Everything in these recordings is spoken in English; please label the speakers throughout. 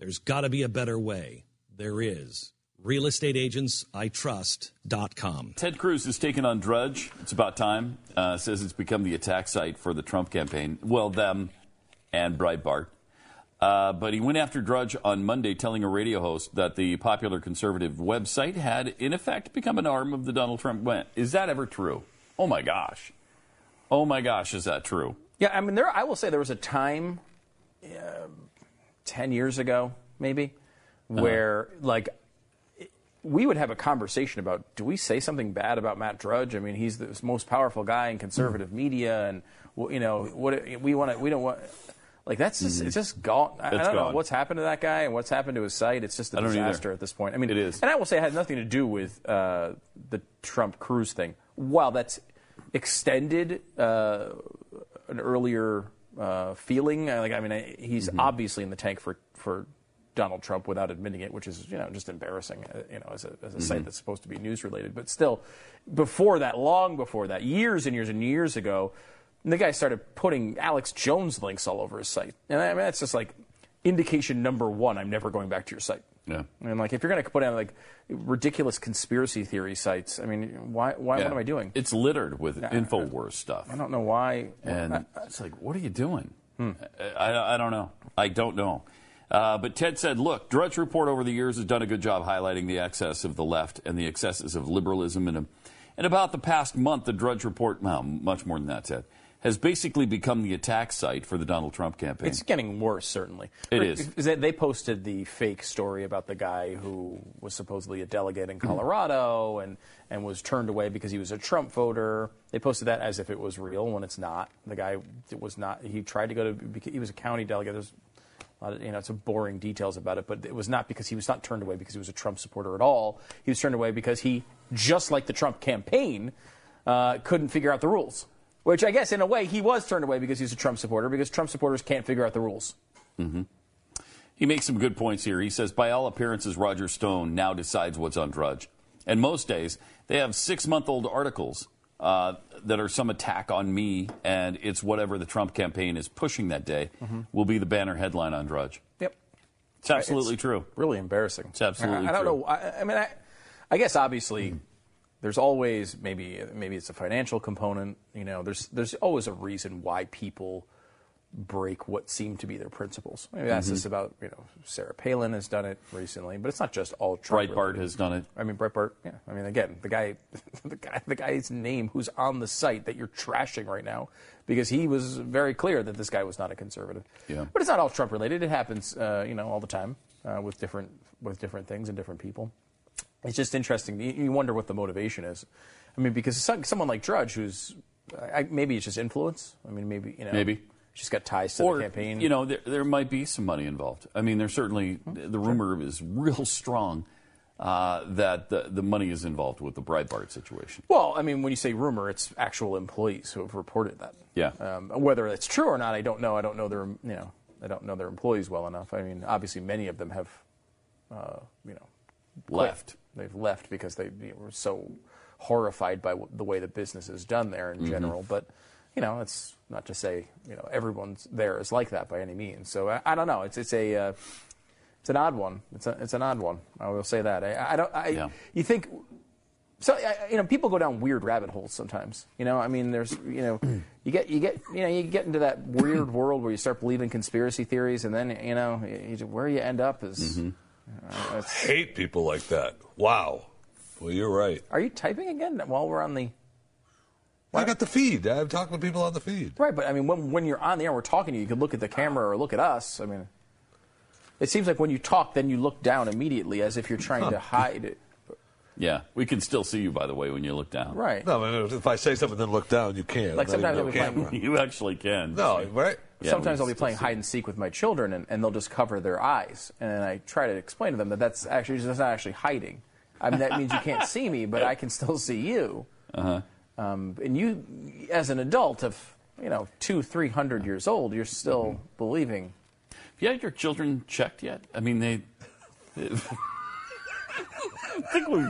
Speaker 1: There's got to be a better way. There is. RealestateAgentsITrust.com.
Speaker 2: Ted Cruz has taken on Drudge. It's about time. Uh, says it's become the attack site for the Trump campaign. Well, them and Breitbart. Uh, but he went after Drudge on Monday, telling a radio host that the popular conservative website had, in effect, become an arm of the Donald Trump. Went. Is that ever true? Oh my gosh. Oh my gosh, is that true?
Speaker 3: Yeah, I mean, there. I will say there was a time, uh, ten years ago, maybe,
Speaker 2: Uh-huh.
Speaker 3: where like we would have a conversation about do we say something bad about Matt Drudge? I mean, he's the most powerful guy in conservative
Speaker 2: Mm-hmm.
Speaker 3: media, and well, you know what we want to we don't want. Like that's just it's just gone. I, I
Speaker 2: It's
Speaker 3: don't know
Speaker 2: Mm-hmm. gone.
Speaker 3: what's happened to that guy and what's happened to his site. It's just a
Speaker 2: I don't either.
Speaker 3: disaster at this point. I mean,
Speaker 2: It is.
Speaker 3: And I will say it had nothing to do with uh, the Trump Cruz thing. While that's extended uh, an earlier uh, feeling, I- like I mean, I, he's obviously in the tank for for Donald Trump without admitting it, which is you know just embarrassing. uh, You know, as a, as a site that's supposed to be news related, but still, before that, long before that, years and years and years ago, the guy started putting Alex Jones links all over his site, and I mean that's just like indication number one. I'm never going back to your site.
Speaker 2: Yeah.
Speaker 3: I mean, like, if you're going to put out like ridiculous conspiracy theory sites, I mean, why? Why? What am I doing?
Speaker 2: It's littered with Infowars stuff.
Speaker 3: I don't know why.
Speaker 2: And it's like, what are you doing? I, I, I don't know. I don't know. Uh, but Ted said, look, Drudge Report over the years has done a good job highlighting the excess of the left and the excesses of liberalism. And, and about the past month, the Drudge Report, well, much more than that, Ted, has basically become the attack site for the Donald Trump campaign.
Speaker 3: It's getting worse, certainly.
Speaker 2: It
Speaker 3: It
Speaker 2: is.
Speaker 3: is. They, they posted the fake story about the guy who was supposedly a delegate in Colorado and, and was turned away because he was a Trump voter. They posted that as if it was real when it's not. The guy was not. He tried to go to. He was a county delegate. There's a lot of, you know, some boring details about it, but it was not because he was not turned away because he was a Trump supporter at all. He was turned away because he, just like the Trump campaign, uh, couldn't figure out the rules. Which I guess, in a way, he was turned away because he's a Trump supporter, because Trump supporters can't figure out the rules.
Speaker 2: He makes some good points here. He says, by all appearances, Roger Stone now decides what's on Drudge. And most days, they have six month old articles uh, that are some attack on me, and it's whatever the Trump campaign is pushing that day will be the banner headline on Drudge.
Speaker 3: Yep.
Speaker 2: It's absolutely true.
Speaker 3: Really embarrassing. It's
Speaker 2: absolutely
Speaker 3: I, I don't
Speaker 2: true.
Speaker 3: know. I, I mean, I, I guess obviously there's always maybe maybe it's a financial component. You know, there's there's always a reason why people break what seem to be their principles. Maybe that's
Speaker 2: Mm-hmm.
Speaker 3: just about you know Sarah Palin has done it recently, but it's not just all Trump.
Speaker 2: Breitbart has done it.
Speaker 3: I mean, Breitbart. Yeah. I mean, again, the guy, the guy, the guy's name who's on the site that you're trashing right now, because he was very clear that this guy was not a conservative.
Speaker 2: Yeah.
Speaker 3: But it's not all Trump related. It happens, uh, you know, all the time uh, with different with different things and different people. It's just interesting. You, you wonder what the motivation is. I mean, because some, someone like Drudge, who's I, I- maybe it's just influence. I mean, maybe you know,
Speaker 2: Maybe.
Speaker 3: she's got ties to
Speaker 2: Or,
Speaker 3: the campaign.
Speaker 2: you know, there, there might be some money involved. I mean, there's certainly,
Speaker 3: Mm-hmm.
Speaker 2: the rumor is real strong uh, that the, the money is involved with the Breitbart situation.
Speaker 3: Well, I mean, when you say rumor, it's actual employees who have reported that.
Speaker 2: Yeah.
Speaker 3: Um, whether it's true or not, I don't know. I don't know their, you know, I don't know their employees well enough. I mean, obviously, many of them have, uh, you know, quit.
Speaker 2: Left.
Speaker 3: They've left because they you know, were so horrified by w- the way the business is done there
Speaker 2: Mm-hmm.
Speaker 3: in general. But you know, it's not to say you know everyone's there is like that by any means. So I, I don't know. It's it's a uh, it's an odd one. It's a, it's an odd one. I will say that. I, I don't. I,
Speaker 2: Yeah.
Speaker 3: You think so? I, you know, people go down weird rabbit holes sometimes. You know, I mean, there's you know, you get you get you know you get into that weird world where you start believing conspiracy theories, and then you know you, you- where you end up is. Uh, it's-
Speaker 4: hate people like that. Wow. Well, you're right.
Speaker 3: Are you typing again while we're on the?
Speaker 4: Well, I got the feed. I'm talking to people on the feed.
Speaker 3: Right, but I mean, when, when you're on the air, and we're talking to you. You can look at the camera or look at us. I mean, it seems like when you talk, then you look down immediately as if you're trying to hide it.
Speaker 2: Yeah, we can still see you, by the way, when you look down.
Speaker 3: Right.
Speaker 4: No, but if I say something, then look down, you can't.
Speaker 3: Like
Speaker 4: Not even
Speaker 3: sometimes I'll
Speaker 4: on
Speaker 3: be playing-
Speaker 4: camera.
Speaker 2: You actually can.
Speaker 4: No, right?
Speaker 2: Yeah,
Speaker 3: Sometimes
Speaker 2: we
Speaker 3: I'll be playing hide and seek with my children, and, and they'll just cover their eyes. And I try to explain to them that that's actually that's not actually hiding. I mean, that means you can't see me, but I can still see you. Um, and you, as an adult of you know two, three hundred years old, you're still believing.
Speaker 2: Have you had your children checked yet? I mean, they. I think we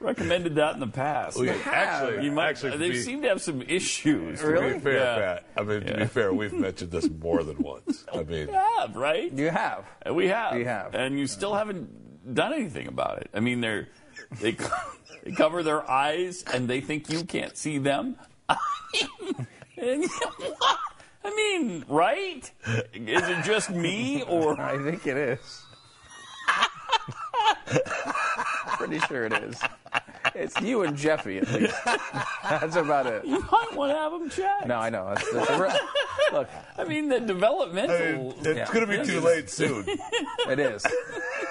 Speaker 2: recommended that in the past.
Speaker 4: We actually,
Speaker 2: you might.
Speaker 4: actually,
Speaker 2: they
Speaker 4: be-
Speaker 2: seem to have some issues.
Speaker 4: To be fair,
Speaker 2: Yeah.
Speaker 4: Pat. I mean, to be fair, we've mentioned this more than once. I mean,
Speaker 2: We have, right?
Speaker 3: You have.
Speaker 2: And We have.
Speaker 3: We have.
Speaker 2: And you still haven't done anything about it. I mean, they're they, co- they cover their eyes and they think you can't see them. I mean, and what? I mean, right? Is it just me or
Speaker 3: I think it is. Pretty sure it is. It's you and Jeffy at least. That's about it.
Speaker 2: you might want to have them checked?
Speaker 3: No, I know. That's, that's a real, look,
Speaker 2: I mean, the
Speaker 4: I mean,
Speaker 2: developmental.
Speaker 4: it's going to be too late soon.
Speaker 3: it is.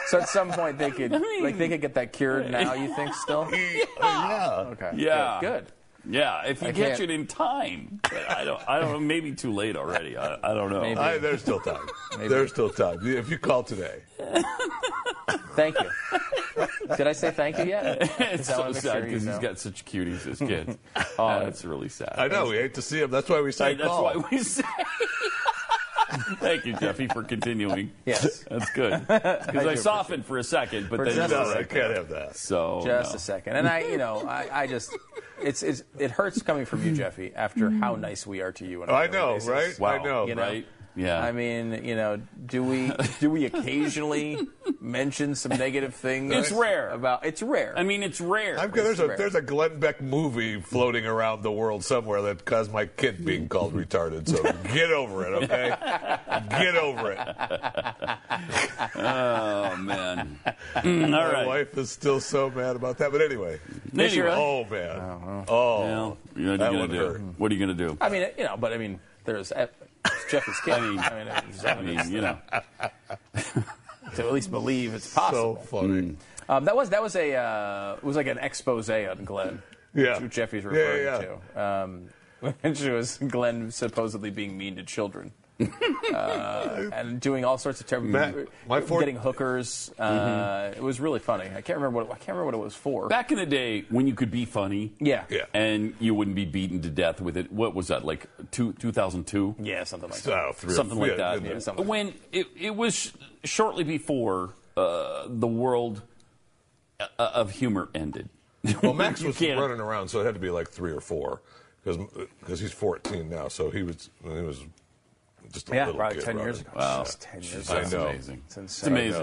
Speaker 3: So at some point they could,
Speaker 2: mean-
Speaker 3: like, they could get that cured now. You think still?
Speaker 4: yeah.
Speaker 3: Okay.
Speaker 2: Yeah.
Speaker 3: Good.
Speaker 2: Yeah, if you
Speaker 3: I
Speaker 2: catch it
Speaker 3: can't-
Speaker 2: in time. But I don't. I don't know. Maybe too late already. I, I don't know.
Speaker 3: Maybe.
Speaker 4: I, there's still time. There's still time. If you call today,
Speaker 3: good. Thank you. Did I say thank you yet?
Speaker 2: It's
Speaker 3: I
Speaker 2: so
Speaker 3: wanna make sure
Speaker 2: sad
Speaker 3: you
Speaker 2: because he's
Speaker 3: know.
Speaker 2: got such cuties as kids. oh, that's really sad.
Speaker 4: I know we hate to see him. That's why we say
Speaker 2: Right, that's
Speaker 4: call.
Speaker 2: why we say. Thank you, Jeffy, for continuing.
Speaker 3: Yes.
Speaker 2: that's good. Because I
Speaker 3: do
Speaker 2: softened for a second, but then
Speaker 3: just
Speaker 2: you
Speaker 3: a
Speaker 2: were
Speaker 4: no, I
Speaker 2: like,
Speaker 4: can't have that.
Speaker 2: so Oh,
Speaker 3: Just
Speaker 2: no.
Speaker 3: a second. And I, you know, I, I just, it's, it's, it hurts coming from you, Jeffy, after how nice we are to you. On a
Speaker 4: I
Speaker 3: daily
Speaker 4: know,
Speaker 3: basis.
Speaker 4: right?
Speaker 2: Mm-hmm. Wow,
Speaker 4: I know.
Speaker 3: You know?
Speaker 2: right? Yeah,
Speaker 3: I mean, you know, do we do we occasionally mention some negative things?
Speaker 2: It's rare.
Speaker 3: About it's rare.
Speaker 2: I mean, it's rare.
Speaker 4: I've got, there's a
Speaker 3: rare.
Speaker 4: there's a Glenn Beck movie floating around the world somewhere that caused my kid being called retarded. So get over it, okay? get over it.
Speaker 2: oh man. Mm, all
Speaker 4: My
Speaker 2: right.
Speaker 4: wife is still so mad about that. But anyway,
Speaker 2: Anyway,
Speaker 3: year, huh?
Speaker 4: oh man, oh,
Speaker 2: well, you know, what
Speaker 4: that
Speaker 2: are you
Speaker 4: one
Speaker 2: gonna
Speaker 4: hurt.
Speaker 2: do? What are you gonna do?
Speaker 3: I mean, you know, but I mean, there's it's Jeffy's kid. I mean, it's-
Speaker 2: I mean, you know,
Speaker 3: to at least believe it's
Speaker 4: so
Speaker 3: possible.
Speaker 4: funny.
Speaker 2: Hmm.
Speaker 3: um, that was that was a uh, it was like an expose on Glenn.
Speaker 4: Yeah.
Speaker 3: which Jeffy's
Speaker 4: Yeah,
Speaker 3: referring
Speaker 4: yeah,
Speaker 3: to. Um, which was Glenn supposedly being mean to children. uh, and doing all sorts of terrible,
Speaker 4: Matt, my Mm-hmm. fourth-
Speaker 3: getting hookers. Uh, It was really funny. I can't remember what I can't remember what it was for.
Speaker 2: back in the day when you could be funny,
Speaker 3: Yeah.
Speaker 4: Yeah.
Speaker 2: and you wouldn't be beaten to death with it. What was that? Like two two thousand two?
Speaker 3: Yeah, something like
Speaker 4: I
Speaker 3: that.
Speaker 4: don't know, Ah, three or-
Speaker 2: something like
Speaker 4: yeah, uh,
Speaker 2: that.
Speaker 4: yeah.
Speaker 3: something.
Speaker 2: When it, it was sh- shortly before uh, the world uh, of humor ended.
Speaker 4: Well, Max
Speaker 2: You
Speaker 4: was
Speaker 2: can't-
Speaker 4: running around, so it had to be like three or four, because he's 14 now, so he was he was just a
Speaker 3: Yeah,
Speaker 4: little
Speaker 3: probably
Speaker 4: kid
Speaker 3: 10
Speaker 4: running.
Speaker 3: years ago. Wow. 10 years
Speaker 2: That's
Speaker 4: I know.
Speaker 2: amazing.
Speaker 3: It's insane.
Speaker 2: It's amazing.